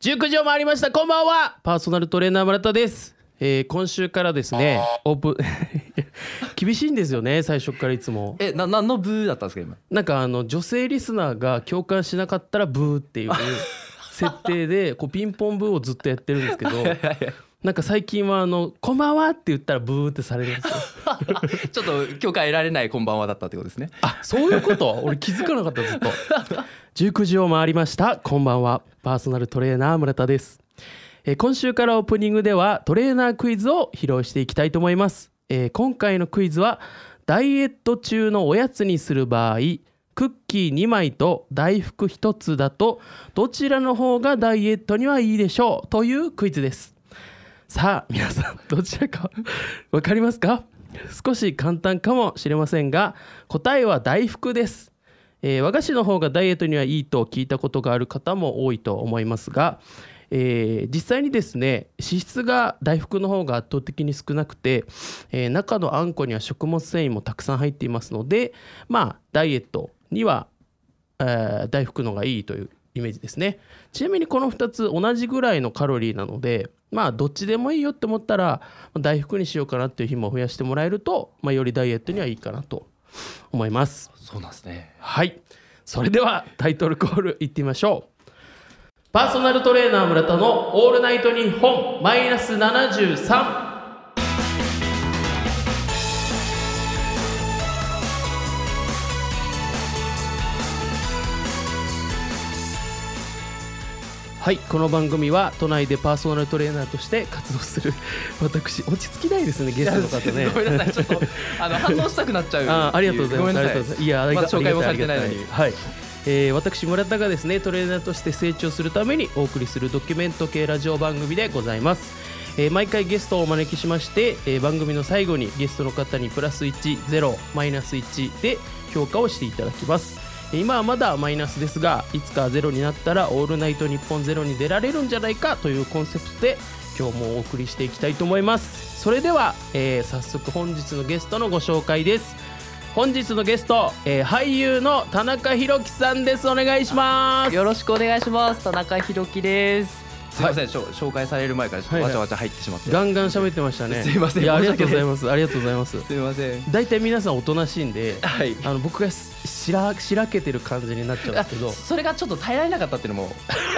19時を回りましたこんばんはパーソナルトレーナー村田です、えー今週からですねオープン 厳しいんですよね最初からいつもえな何の部だったんですか今なんかあの女性リスナーが共感しなかったらブーっていう設定でこうピンポンブーをずっとやってるんですけどなんか最近はあの「こんばんは」って言ったらブーってされるんですよ ちょっと許可得られないこんばんはだったってことですねあそういうこと俺気づかなかったずっと19時を回りましたこんばんはパーソナルトレーナー村田です、えー今週からオープニングではトレーナークイズを披露していきたいと思います、えー今回のクイズはダイエット中のおやつにする場合クッキー2枚と大福1つだとどちらの方がダイエットにはいいでしょうというクイズですさあ皆さんどちらか わかりますか少し簡単かもしれませんが答えは大福です、えー和菓子の方がダイエットにはいいと聞いたことがある方も多いと思いますが、えー実際にですね脂質が大福の方が圧倒的に少なくて、えー中のあんこには食物繊維もたくさん入っていますのでまあダイエットにはえー大福のがいいというイメージですねちなみにこの2つ同じぐらいのカロリーなのでまあどっちでもいいよって思ったらまあ大福にしようかなっていう日も増やしてもらえると、まあ、よりダイエットにはいいかなと思いますそうなんですねはいそれではタイトルコールいってみましょうパーソナルトレーナー村田の「オールナイトニッポン」マイナス73はいこの番組は都内でパーソナルトレーナーとして活動する私落ち着きないですねゲストの方ねごめんなさいちょっとあの反応したくなっちゃうあーありがとうございます。ごめんなありがとうござさますいいや、ありがまだ紹介もされてないのにありがたはい。えー私村田がですねトレーナーとして成長するためにお送りするドキュメント系ラジオ番組でございます、えー毎回ゲストをお招きしまして、えー番組の最後にゲストの方にプラス10マイナス1で評価をしていただきますえー今はまだマイナスですがいつかゼロになったら「オールナイトニッポンゼロに出られるんじゃないかというコンセプトで今日もお送りしていきたいと思いますそれでは、えー早速本日のゲストのご紹介です本日のゲスト、えー俳優の田中裕樹さんですお願いしますよろしくお願いします。田中弘樹です。すいません、しょ紹介される前からちょはっいとはわいちゃわちゃ入ってしまって、ガンガン喋ってましたねすいませんやありが申としう訳ございますありがとうございますすいません大体皆さんおとなしいんではいあの僕がししらしらけてる感じになっちゃうんですけど あそれがちょっと耐えられなかったっていうのも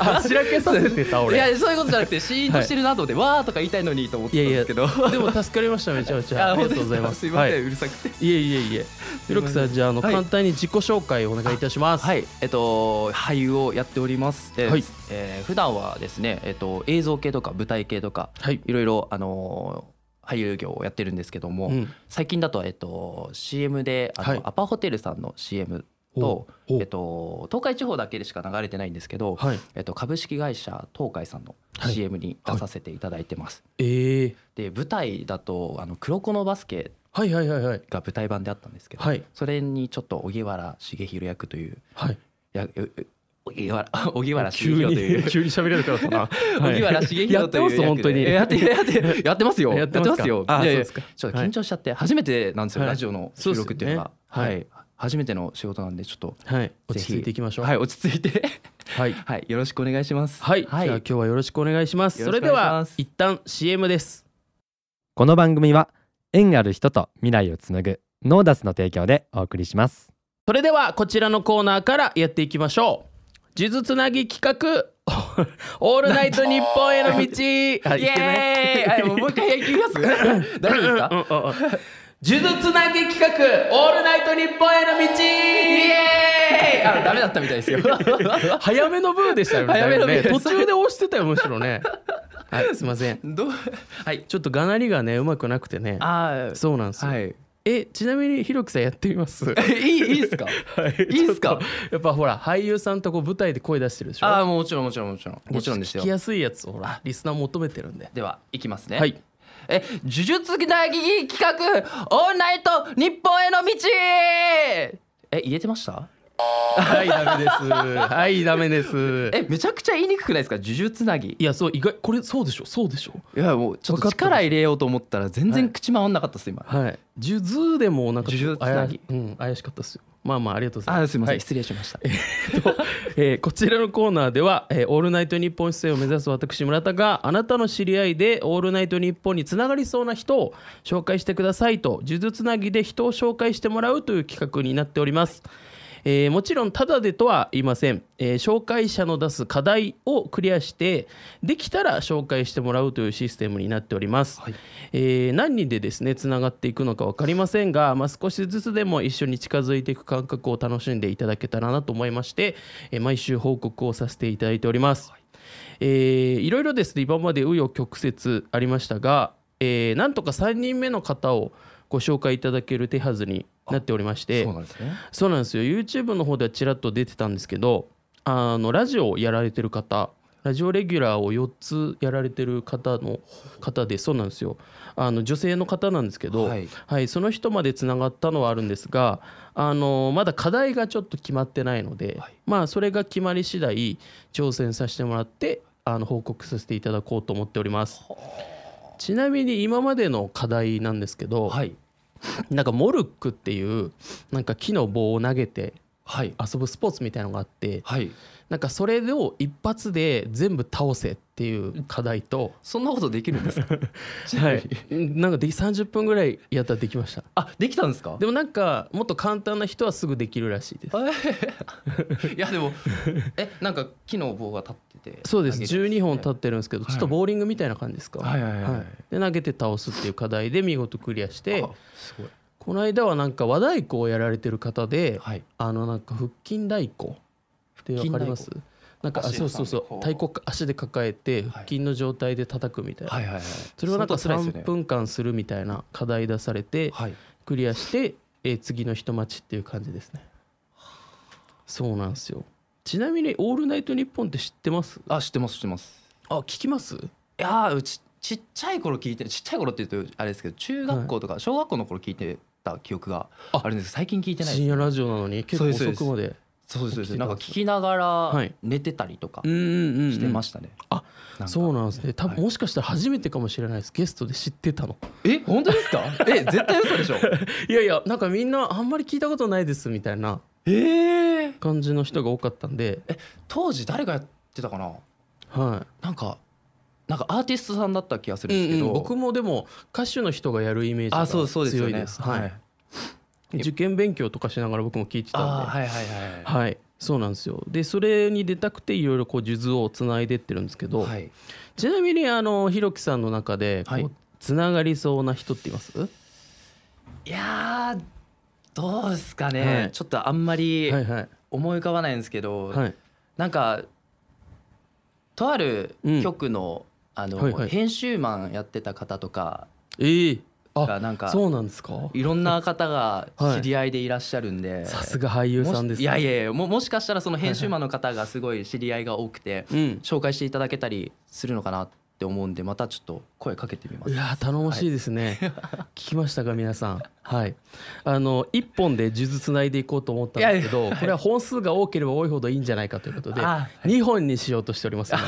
あしらけさせてたい俺やそういうことじゃなくてシーンとしてるなと思って、わーとか言いたいのにと思ってたんですけどでも助かりましためちゃめちゃああり本がと当うでございますすかすいません、はいうるさくていえいえいえ裕樹さんじゃああの、はい簡単に自己紹介お願いいたしますはい、えっと、俳優をやっております。ではいえー普段はですね、えっと、映像系とか舞台系とか、はいいろいろ、あのー俳優業をやってるんですけども、うん最近だと、えっと、CM であの、はいアパホテルさんの CM おと、おえっと、東海地方だけでしか流れてないんですけど、はいえっと、株式会社東海さんのはい CM に出させていただいてます。えー、で舞台だと「あの黒子のバスケはいはいはいはい」が舞台版であったんですけど、はいそれにちょっと荻原重弘役というはいいやうう荻原 荻原重急に弘という急に 喋れるから かな荻原重弘といやうってます役本当にえやってやってやってますよ やってますかよあいそやいうやですかちょっと緊張しちゃって初めてなんですよはいラジオの収録っていうのがそうですはよねい初めての仕事なんでちょっとはい落ぜちひ着いていきましょうはい落ち着いて はいはいよろしくお願いしますはい、はじゃあ今い日はよろしくお願いしますよそろれしでくお願いしはます一旦 CM ですこの番組は縁ある人と未来をつなぐノーダスの提供でお送りしますそれではこちらのコーナーからやっていきましょう呪術つなぎ企画 オールナイト日本 への道はいイエーイあもうもう一回やります 大丈夫ですかうんうんうん呪術つなぎ企画オールナイト日本への道イエーイあダメだったみたいですよ 早めのブーでしたよね早めのブーだいぶね途中で押してたよむしろ ねはいすいませんどうはいちょっとがなりがねうまくなくてねあそうなんですよ、はい えちなみにひろきさんやってみますいいいいですかいいいっすかやっぱほら俳優さんとこう舞台で声出してるでしょああもちろんもちろんもちろんもちろんですよ聞きやすいやつをほらリスナー求めてるんでではいきますねはいえ呪術つなぎ企画オールナイト日本への道え言えてましたはいダメですはいダメですえめちゃくちゃ言いにくくないですか呪術つなぎいやそう意外これそうでしょそうでしょいやもうちょっ分かとってます力入れようと思ったら全然口回んなかったです今はい数珠でもなんか呪術つなぎ怪,、うん、怪しかったっすよまあまあありがとうございますあすいません、はい 失礼しましたえーこちらのコーナーでは、えーオールナイトニッポン出演を目指す私村田があなたの知り合いでオールナイトニッポンにつながりそうな人を紹介してくださいと数珠つなぎで人を紹介してもらうという企画になっております、えーもちろんただでとは言いません、えー紹介者の出す課題をクリアしてできたら紹介してもらうというシステムになっております、はいえー何人でですねつながっていくのか分かりませんが、まあ、少しずつでも一緒に近づいていく感覚を楽しんでいただけたらなと思いまして、えー毎週報告をさせていただいております、えーいろいろですね今まで紆余曲折ありましたが、えーなんとか3人目の方をご紹介いただける手はずになっておりましてそうなんですねそうなんですよ YouTube の方ではちらっと出てたんですけどあのラジオをやられてる方ラジオレギュラーを4つやられてる方の方でそうなんですよあの女性の方なんですけど、ははいいその人までつながったのはあるんですがあのまだ課題がちょっと決まってないので、はいまあそれが決まり次第挑戦させてもらってあの報告させていただこうと思っております。ちなみに今までの課題なんですけど、はいなんかモルックっていうなんか木の棒を投げてはい遊ぶスポーツみたいのがあってはいなんかそれを一発で全部倒せっていう課題と、そんなことできるんです かちなみはにい、なんかで30分ぐらいやったらできましたあできたんですかでもなんかもっと簡単な人はすぐできるらしいですいやでもえなんか木の棒が立っててそうです12本立っってるんですけどはいちょっとボーリングみたいな感じですかはいはいはいはいで投げて倒すっていう課題で見事クリアしてすごいこの間はなんか和太鼓をやられてる方で、はいあのなんか腹筋太鼓ってわかりますなんかあ足そうそうそう挟んで太こう鼓か足で抱えてい腹筋の状態で叩くみたいな、はいはいはいそれをなんか相当辛いです3よね分間するみたいな課題出されてはいクリアして、えー次の人待ちっていう感じですねそうなんですよちなみに「オールナイトニッポン」って知ってますあ知ってます知ってますあ聞きますいやーうちちっちゃい頃聞いてちっちゃい頃って言うとあれですけど中学校とか小学校の頃聞いてた記憶がああるんですけど最近聞いてない深です夜ラジオなのに結そう構ですそう遅ですくまでそうですそ聞うでいすてたなんんかです聞きながら寝てたりとかうんうんうんうんしてましたねあなんかそうなんですね多は分いもしかしたら初めてかもしれないですゲストで知ってたのえ本当ですか え絶対嘘でしょいやいやなんかみんなあんまり聞いたことないですみたいな えー感じの人が多かったんで、当時誰がやってたかなはなんかなんかアーティストさんだった気がすいるんですけど、僕もでも歌手の人がやるイメージあそうそうがですよ強いねですはい、受験勉強とかしながら僕も聞いてたんで、あーはいはいはいはいそうなんですよでそれに出たくていろいろこう数珠をつないでってるんですけど、はいちなみにあのひろきさんの中でこう、はいつながりそうな人っていますいやーどうですかね、はいちょっとあんまりはいはい思い浮かばないんですけど、はいなんかとある局の,、あのはいはい編集マンやってた方とかえー、あがなんかそうなんですかいろんな方がはい知り合いでいらっしゃるんで。さすが俳優さんもでしすいねやいやいやももしかしたらその編集マンの方がすごい知り合いが多くて、うん紹介していただけたりするのかなって思うんでまたちょっと声かけてみまいす。やー頼もしいですね、 聞きましたか皆さんはいあの一本で数珠つないでいこうと思ったんですけどこれは本数が多ければ多いほどいいんじゃないかということであ2本にしようとしております、ね、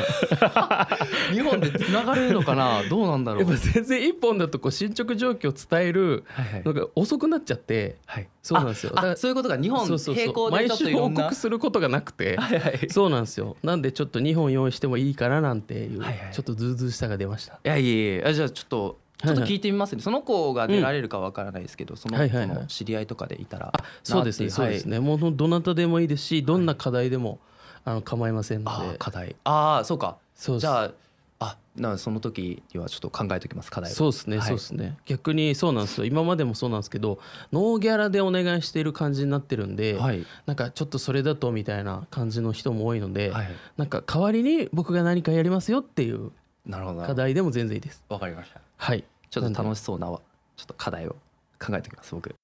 日本でつながるのかなどうなんだろやっうぱ。全然1本だとこう進捗状況を伝えるはいはいのが遅くなっちゃってはいそうなんですよだかあらあそういうことが日本そうそう並そう行で毎ちょっと週いろ報んな。告することがなくてはいはい。いそうなんですよなんでちょっと2本用意してもいいかななんていう、はいはいちょっとズうずうしさが出ましたやいやいやあじゃあちょっと。ちょっと聞いてみますね、その子が出られるかわからないですけど、そのは子いはいはいの知り合いとかでいたらそうですね、なってそいうはいですねもうどなたでもいいですしどんな課題でもあの構いませんのあであ課題ああそうかそうじじゃゃああなその時にはちょっと考えておきます課題をそうですね、はいそうですね逆にそうなんですよ今までもそうなんですけどノーギャラでお願いしている感じになってるんで、はいなんかちょっとそれだとみたいな感じの人も多いので、はいなんか代わりに僕が何かやりますよっていうなるほどな課題でも全然いいですわかりましたはいちょっなとんで楽しそうなちょっと課題を考えておきます僕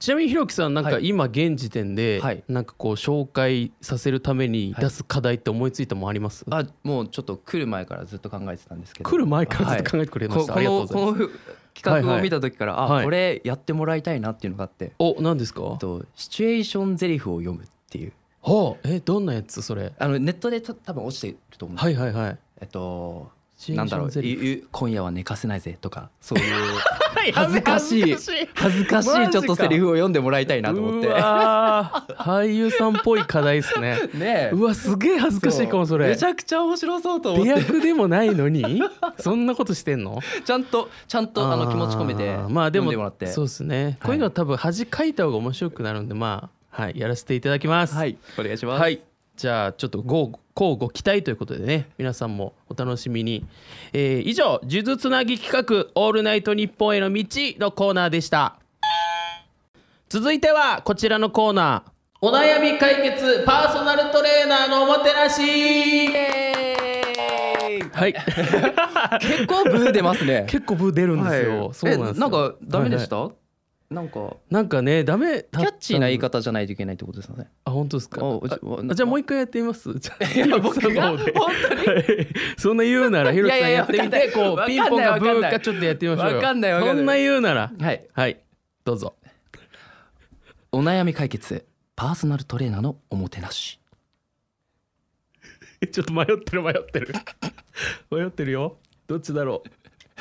ちなみにひろきさんなんかはい今現時点で、はいなんかこう紹介させるために出す課題って思いついたもんあります、あもうちょっと来る前からずっと考えてたんですけど来る前からずっとはい考えてくれまこした、ありがとうごこざのいこまのす企は画いはをい見た時から、はいあこれやってもらいたいなっていうのがあって、お何ですかえっとシチュエーションゼリフを読むっていうはあ、えどんなやつそれあのネットでた多分落ちてると思うんです、はいはいはいえっとシチュエなーんシだョろンうゼリフゆゆ今夜は寝かせないぜとかそういう や恥べずかしい恥ずかしい恥ずかしマジいかちょっとセリフを読んでもらいたいなと思ってうわー俳優さんっぽい課題ですね ねえうわすげえ恥ずかしいかもそれめちゃくちゃ面白そうと思出って役でもないのにそんなことしてんのちゃんとちゃんとあの気持ち込めてあーまあで読んもでもらってそうですね、こういうのは多分恥かいた方が面白くなるんでまあはいやらせていただきますはいお願いします、はいじゃあちょっとご乞うご期待ということでね皆さんもお楽しみに、えー以上「呪術つなぎ企画オールナイトニッポンへの道」のコーナーでした続いてはこちらのコーナーお悩み解決パーソナルトレーナーのおもてなしはい結構ブー出ますね 結構ブー出るんですよ、はいそうなんですよえなんかダメでした、なんかなんかねダメキャッチーな言い方じゃないといけないってことですよねあ本当ですかおうちあじゃあもう一回やってみますじゃあいや僕がヒロキさんの方で本はいそんな言うならひろきさんいやいややってみわかんなていこわかうんピないンポンかわかんブなーいかちょっとやってみましょうよわかんないわかんないそんな言うならはいはいどう ぞお悩み解決パーソナルトレーナーのおもてなしえちょっと迷ってる迷ってる 迷ってるよどっちだろう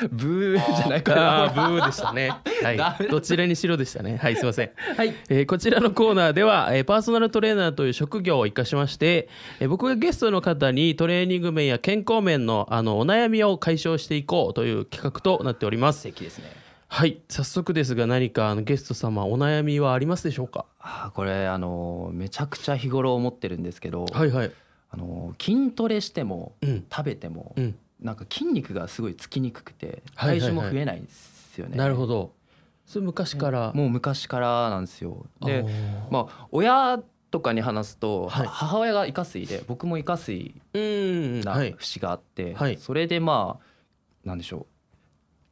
ブーじゃない あーブーでしたねはダメいどちらにしろでしたねはいすいませんはいえーこちらのコーナーでは、えーパーソナルトレーナーという職業を生かしまして、えー僕がゲストの方にトレーニング面や健康面のあのお悩みを解消していこうという企画となっております素敵ですねはい早速ですが何かあのゲスト様お悩みはありますでしょうかあーこれあのーめちゃくちゃ日頃思ってるんですけど、はいはいあのー筋トレしてもうん食べても、うんなんか筋肉がすごいつきにくくてはいはいはい体重も増えないんですよね、なるほどそれ昔から、もう昔からなんですよであーまあ親とかに話すと、はい母親がイカ水で僕もイカ水うんなはい節があって、はいそれでまあなんでしょう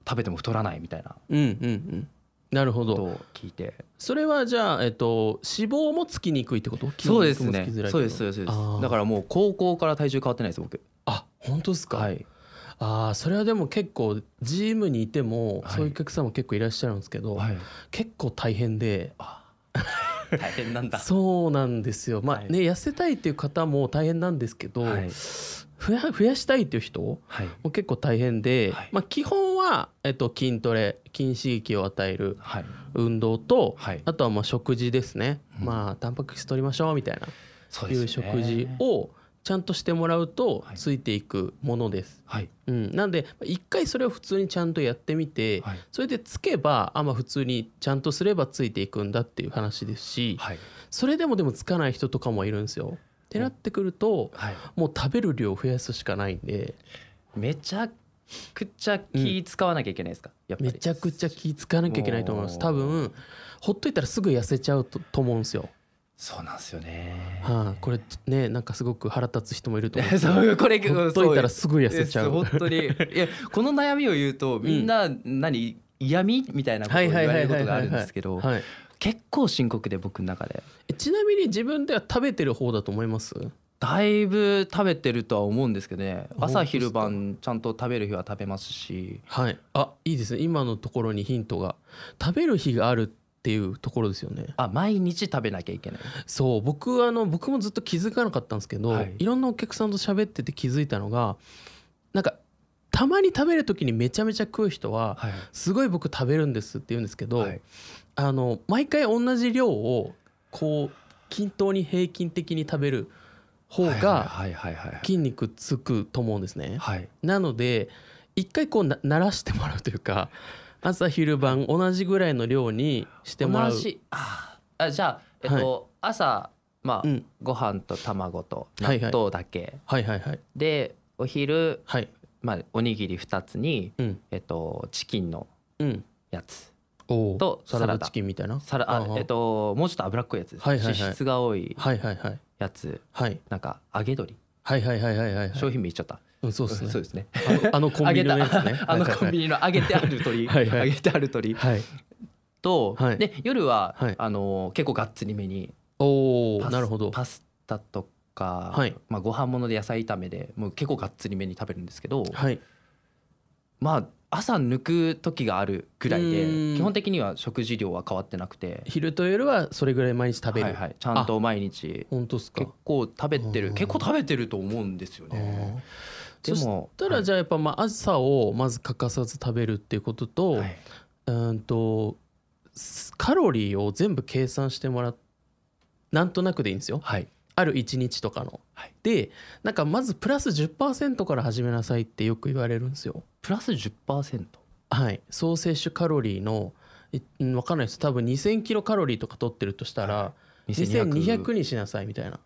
食べても太らないみたいなうんうんうんなるほことどを聞いてそれはじゃあ、えっと、脂肪もつきにくいってことそうですね筋肉もつきづらいってことそうですそうですそうであーすだからもう高校から体重変わってないです僕あ本当ですか、はいああそれはでも結構ジームにいても、はいそういうお客さんも結構いらっしゃるんですけど、はい結構大変で大変なんだそうなんですよまあ、はいね痩せたいっていう方も大変なんですけど、はい増や増やしたいっていう人もはい結構大変で、はいまあ、基本は、えっと、筋トレ筋刺激を与えるはい運動と、はいあとはまあ食事ですね、うんまあタンパク質取りましょうみたいな、そういですうね食事をちゃんとしてもらうとはいついていくものです。はいうん、なんで一回それを普通にちゃんとやってみて、はいそれでつけばあまあ普通にちゃんとすればついていくんだっていう話ですし、はいそれでもでもつかない人とかもいるんですよ。ってなってくるとはいもう食べる量を増やすしかないんでめちゃくちゃ気使わなきゃいけないですかやっぱりめちゃくちゃ気使わなきゃいけないと思いますおー多分ほっといたらすぐ痩せちゃうとと思うんですよ、そうなんですよねはい、これねなんかすごく腹立つ人もいると思うんですけど そうこれほっといたらすぐ痩せちゃうです本当にいやこの悩みを言うとみんな何、嫌味みたいなことを言われることがあるんですけどはい、結構深刻で僕の中でえちなみに自分では食べてる方だと思いますだいぶ食べてるとは思うんですけどね本朝当ですか昼晩ちゃんと食べる日は食べますしはいあいいですね今のところにヒントが食べる日があるっていうところですよねあ毎日食べなきゃいけないそう僕あの僕もずっと気づかなかったんですけど、はいい、ろんなお客さんと喋ってて気づいたのがなんかたまに食べる時にめちゃめちゃ食う人ははいすごい僕食べるんですって言うんですけど、はいあの毎回同じ量をこう均等に平均的に食べる方がはいはいはいはい筋肉つくと思うんですね。はいなので一回こうな慣らしてもらうというか朝昼晩同じぐらいの量にしてもらう同じあーあじゃあえっと、朝まあ、うんご飯と卵とはいはい納豆だけ、はいはいはいでお昼はいまあおにぎり2つにうんえっとチキンのうんやつおーとサラサダラダチキンみたいなサラああーえっともうちょっと脂っこいやつです、はいはいはい脂質が多いはいはいはいやつはいなんか揚げ鶏はいはいはいはいはいはい商品名言っちゃった、うんそうですねそうですねあのあのコン揚ビげニたのやつね あのコンビニニの揚げてある鶏はいはい揚げてある鶏はいはいと、はいで夜は、はいあの結構がっつりめにおおパスなるほどパスタとか、はいまあ、ご飯物で野菜炒めでもう結構がっつりめに食べるんですけど、はいまあ朝抜く時があるぐらいでうん基本的には食事量は変わってなくて昼と夜はそれぐらい毎日食べる、はいはい、ちゃんと毎日本当っすか結構食べてうるん結構食べてると思うんですよあーね。でそもしたらじゃあやっぱまあ朝をまず欠かさず食べるっていうことと、はい、うーんとすカロリーを全部計算してもらっなんとなくでいいんですよはいある1日とかの。はいでなんかまずプラス10%から始めなさいってよく言われるんですよ。プラス10%はい、総摂取カロリーのいうんわかんないです多分2,000キロカロリーとか取ってるとしたら、2200にしなさいみたいな。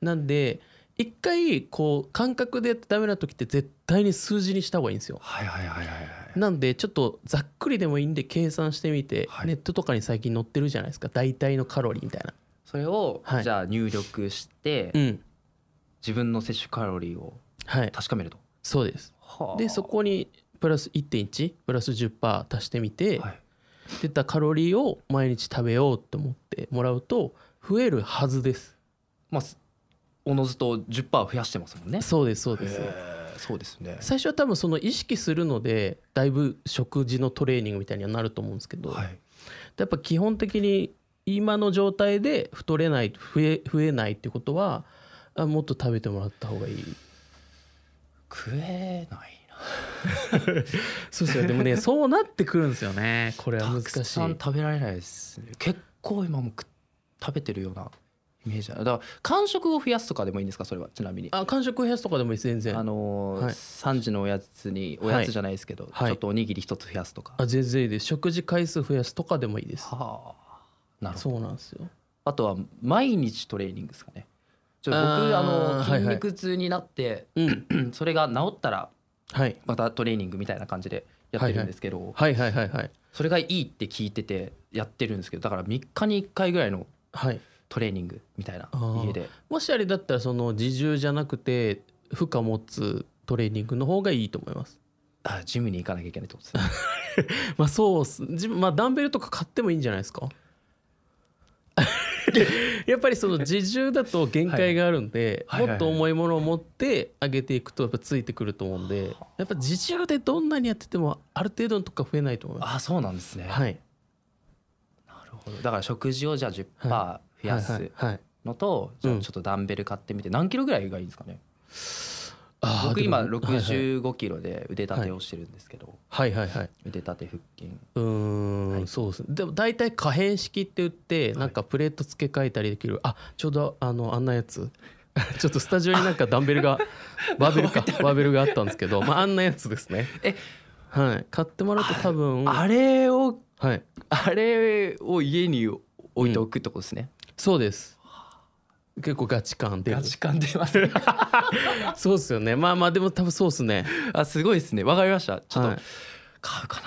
なんで一回こう感覚でやってダメな時って絶対に数字にした方がいいんですよ。はいはいはいはいはいなんでちょっとざっくりでもいいんで計算してみて、はいネットとかに最近載ってるじゃないですか大体のカロリーみたいな。それを、はいじゃあ入力して、うん自分の摂取カロリーをはい、確かめると、そうですでそこにプラス1.1プラス10%足してみて、はい出たカロリーを毎日食べようと思ってもらうと増えるはずです。まあすおのずと10%増やしてますもんねそうですそうです。へーそうですね最初は多分その意識するのでだいぶ食事のトレーニングみたいにはなると思うんですけど、はいやっぱ基本的に今の状態で太れない増え増えないってことはあもっと食べてもらった方がいい食えないなそうですよでもね そうなってくるんですよねこれは難たくしいさん食べられないですね結構今も食食べてるようなイメージだだから間食を増やすとかでもいいんですかそれはちなみにあ間食を減らすとかでもいいです全然ああのーはい3時のおやつにおやつじゃないですけど、はいちょっとおにぎり一つ増やすとか、全然いいです食事回数増やすとかでもいいですはあなるほどそうなんですよあとは毎日トレーニングですかね。ちょ僕あーあのはいはい筋肉痛になって、うん それが治ったらはいまたトレーニングみたいな感じでやってるんですけど、はいはいはいはいそれがいいって聞いててやってるんですけどだから3日に1回ぐらいのはいトレーニングみたいなあー家でもしあれだったらその自重じゃなくて負荷持つトレーニングの方がいいと思います。あジムに行かなきゃいけないってことですねまあそうっす自分まあダンベルとか買ってもいいんじゃないですか。やっぱりその自重だと限界があるんで、はいはいもはいっと重いものを持って上げていくとやっぱついてくると思うんでやっぱ自重でどんなにやっててもある程度のとこは増えないと思います。あーそうなんですね、はい、なるほどだから食事をじゃあ10%増はやはいはいすはい、のと、じゃうあんちょっとダンベル買ってみて何キロぐらいがいいんですかねあー僕今でもはい65キロで腕立てをしてるんですけど、はいはいはい腕立て腹筋うーん、そうですねでも大体可変式って言ってなんかプレート付け替えたりできる、あちょうどあのあんなやつ ちょっとスタジオになんかダンベル がバーベルかバーベルがあったんですけど、まあ、あんなやつですねえはい買ってもらうと多分はあれをいあれを家に置いておくってことですね。そうです結構ガチ感出る感出ますね。そうですよねまあまあでも多分そうですね あすごいですね。わかりました。ちょっとはい買うかな。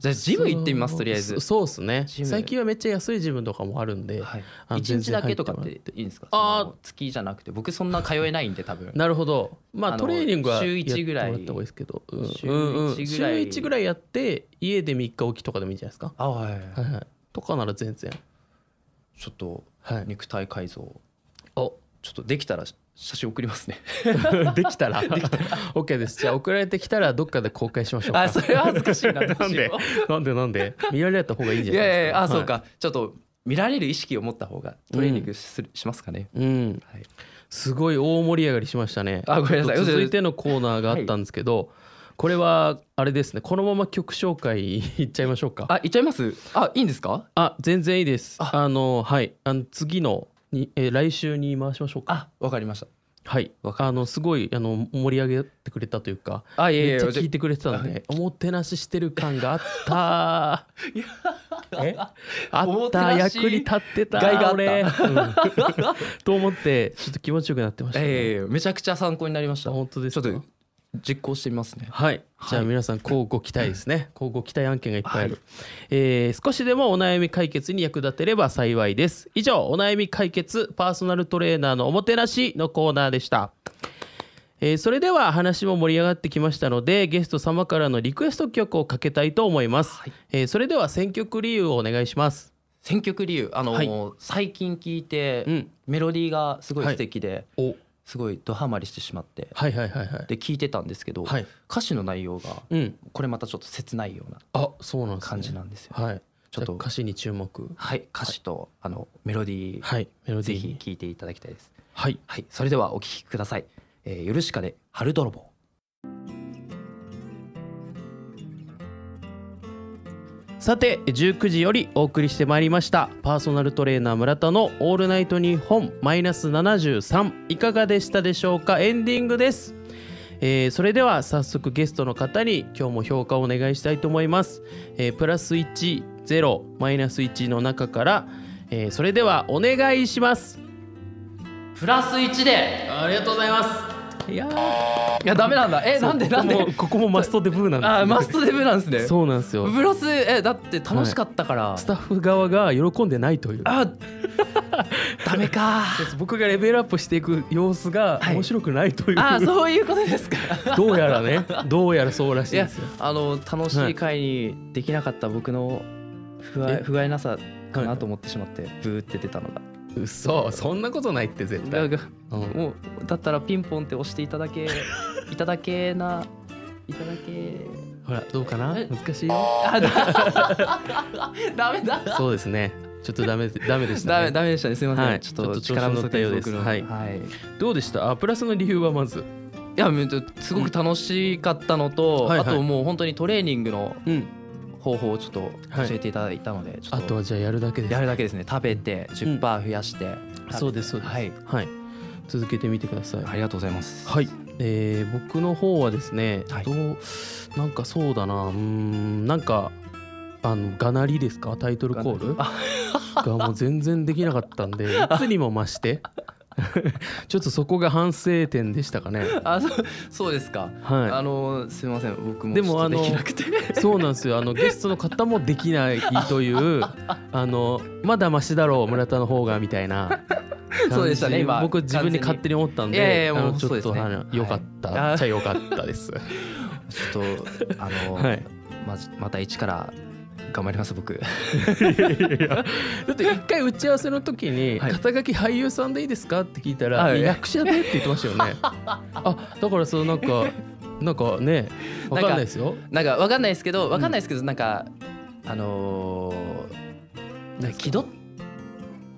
じゃあジム行ってみますとりあえずそ。そうですねジム最近はめっちゃ安いジムとかもあるんで、はいあの一日だけとかっていいんですか。ああーあ月じゃなくて僕そんな通えないんで多分。なるほどまああのトレーニングは週一ぐらいやってもらった方がいいですけど、うん週一うんうんぐらい週一ぐらいやって家で3日置きとかでもいいんじゃないですか、あはい。はいはい、とかなら全然ちょっと はい肉体改造おちょっとできたら写真送りますね。 できたら OK ですじゃあ送られてきたらどっかで公開しましょうかあそれは恥ずかしい な。どなうんしでよなんでなんで見られた方がいいんうじいゃないやいですやいかやあそうかちょっと見られる意識を持った方がトレーニングするしますかね。はいうんはい。すごい大盛り上がりしましたねあごめんなさい。続いてのコーナーがあったんですけど、これはあれですねこのまま曲紹介 いっちゃいましょうかあ、行っちゃいます。あ、いいんですか。あ全然いいです。ああのはいあの次のに、えー来週に回しましょうか。あ、わかりました。はい。あのすごいあの盛り上げてくれたというか。あ、いめっちゃじゃ聞いてくれてたんで、おもてなししてる感があった。えあおっもてたなし役に立ってた。害があった俺うんと思ってちょっと気持ちよくなってました、ね。ええめちゃくちゃ参考になりました。あ本当ですかちょっと実行してみますね。はい、じゃあ皆さんこうご期待ですねこうご期待案件がいっぱいある、えー少しでもお悩み解決に役立てれば幸いです以上お悩み解決パーソナルトレーナーのおもてなしのコーナーでしたえーそれでは話も盛り上がってきましたのでゲスト様からのリクエスト曲をかけたいと思います、はいえーそれでは選曲理由をお願いします選曲理由、あの、はい最近聞いて、うんメロディーがすごい素敵で、おすごいドハマりしてしまって。はいはいはいはいで聞いてたんですけど、はい歌詞の内容がうんこれまたちょっと切ないようなあそうなんですね感じなんですよ。はいちょっじゃとあ歌詞に注目はい、歌詞とあのメロディー、はいメロデぜィーひに聞いていただきたいです。はいはい、それではお聞きください。えー、ヨルシカで春泥棒。さて19時よりお送りしてまいりましたパーソナルトレーナー村田の「オールナイトニッポンマイナス73」いかがでしたでしょうかエンディングです、えーそれでは早速ゲストの方に今日も評価をお願いしたいと思います、えープラス10マイナス1の中から、えーそれではお願いしますプラス1でありがとうございますいやいやダメなんだえなんでなんでここもここもマストデブーなんですねあマストデブなんですねそうなんですよプラスえだって楽しかったから、スタッフ側が喜んでないというあダメか 僕がレベルアップしていく様子がはい面白くないという、あそういうことですか どうやらねどうやらそうらしいいでやすよあの楽しい回にできなかった僕の不え甲不甲斐なさかはないと思ってしまってブーって出たのが嘘そんなことないって絶だ対、がうんもうだったらピンポンって押していただけいただけ ないただけほらどうかなえ難しいよあだ ダメだそうですねちょっとダメ ダメでしたダメねダメでしたねすいません、はいちちょょっっとと調子力不乗っ足たようです僕のははいい、どうでしたあプラスの理由はまずいやめっちゃすごく楽しかったのと、うんはいはいあともう本当にトレーニングのうん方法をちょっと教えていただいたので、ちょあっとはじゃあやるだけですやるだけですね食べて10%増やして、そうですそうですはいはい続けてみてくださいありがとうございますはい、えー僕の方はですね、はいどうなんかそうだなうーんなんかあのがなりですかタイトルコールあがもう全然できなかったん でいつにも増して ちょっとそこが反省点でしたかねあそうそうですか、あはのすいません僕もででももあのできなくていそうなんですよあのゲストの方もできないという あのまだマシだろう村田の方がみたいな感じ そうでしたね今僕自分で勝手に思ったんでいやいやもうあのちょっと、そうですねあの良かった、はいっちゃ良かった ですちょっとあ の、はいままた一から頑張ります僕だって一回打ち合わせの時に「はい肩書き俳優さんでいいですか?」って聞いたら「はいいや役者で」って言ってましたよ ね。あだからそのなんかなんかねわかんないですよ。なんかわかんないですけどわかんないですけど、なんかあのーなんか気取っ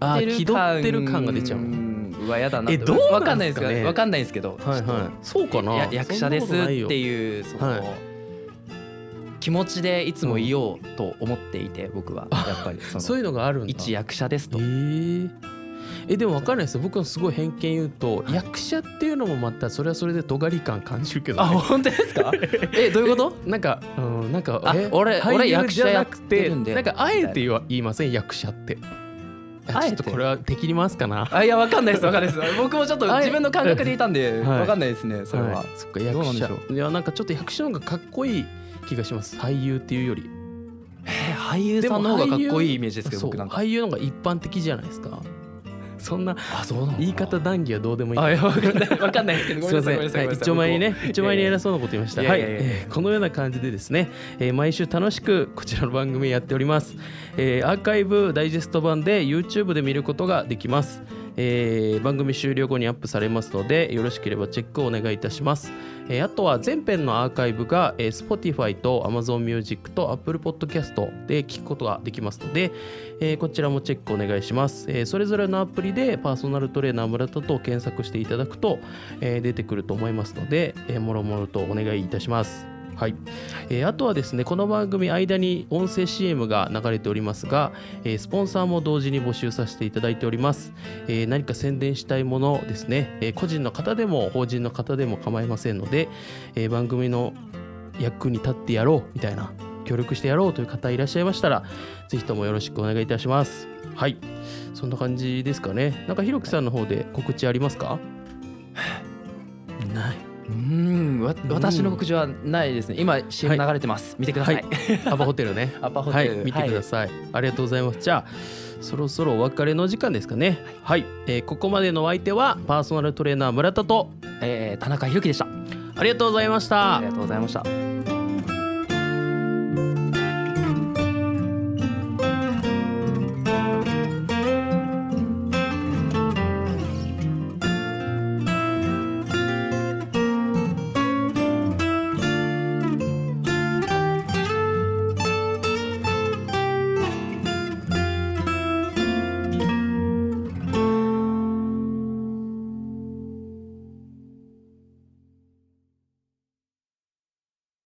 あてる気取ってる感が出ちゃう。うはやだなえどうなんすかねわかんないですけどわかはいんないですけど、はい。そうかなや。役者ですってう。いうその、はい気持ちでいつもいようと思っていて、僕はやっぱりそのそういうのがあるんだ。一役者ですえと、ーえでもわかんないですよ僕はすごい偏見言うと、役者っていうのもまたそれはそれで尖り感感じるけど、あね、本当ですかえどういうことなんか、うん、なんかあ俺俳優俺役じゃ者やなっくててるんでなんかあえて言わ言いません役者ってああちえょってとこれは敵に回すかなあいやわかんないですわかんないです僕もちょっとはい自分の感覚でいたんではいわかんないですねそれは、いそっかどう役なんで者しょいやなんかちょっと役者の方がかっこいい気がします俳優っていうよりえ俳優さんの方がかっこいいイメージですけどそう僕なんか俳優の方が一般的じゃないですかそんなあそうなのかな言い方談義はどうでもいいあいやわかんないわかんないですけどごすめいんません、なさいはいい、ごめんなさごめんなさい一丁前にね僕一丁前に偉そうなこと言いましたいはやいいやいやえーこのような感じでですね、えー毎週楽しくこちらの番組やっております、えーアーカイブダイジェスト版で YouTube で見ることができます、えー番組終了後にアップされますのでよろしければチェックをお願いいたします、えーあとは全編のアーカイブが、えー Spotify と Amazon Music と Apple Podcast で聞くことができますので、えーこちらもチェックお願いします、えーそれぞれのアプリでパーソナルトレーナー村田と検索していただくと、えー出てくると思いますので、えーもろもろとお願いいたします。はいえーあとはですねこの番組間に音声 CM が流れておりますが、えースポンサーも同時に募集させていただいております、えー何か宣伝したいものですね、えー個人の方でも法人の方でも構いませんので、えー番組の役に立ってやろうみたいな協力してやろうという方いらっしゃいましたらぜひともよろしくお願いいたしますはいそんな感じですかねなんかひろきさんの方で告知ありますかないうーんわ私の告知はないですね今 CM 流れてます、見てください、はい アパホテルねアパホはテいル、見てください、ありがとうございますじゃあそろそろお別れの時間ですかねはい、えーここまでのお相手はパーソナルトレーナー村田とえー田中裕樹でしたありがとうございましたありがとうございました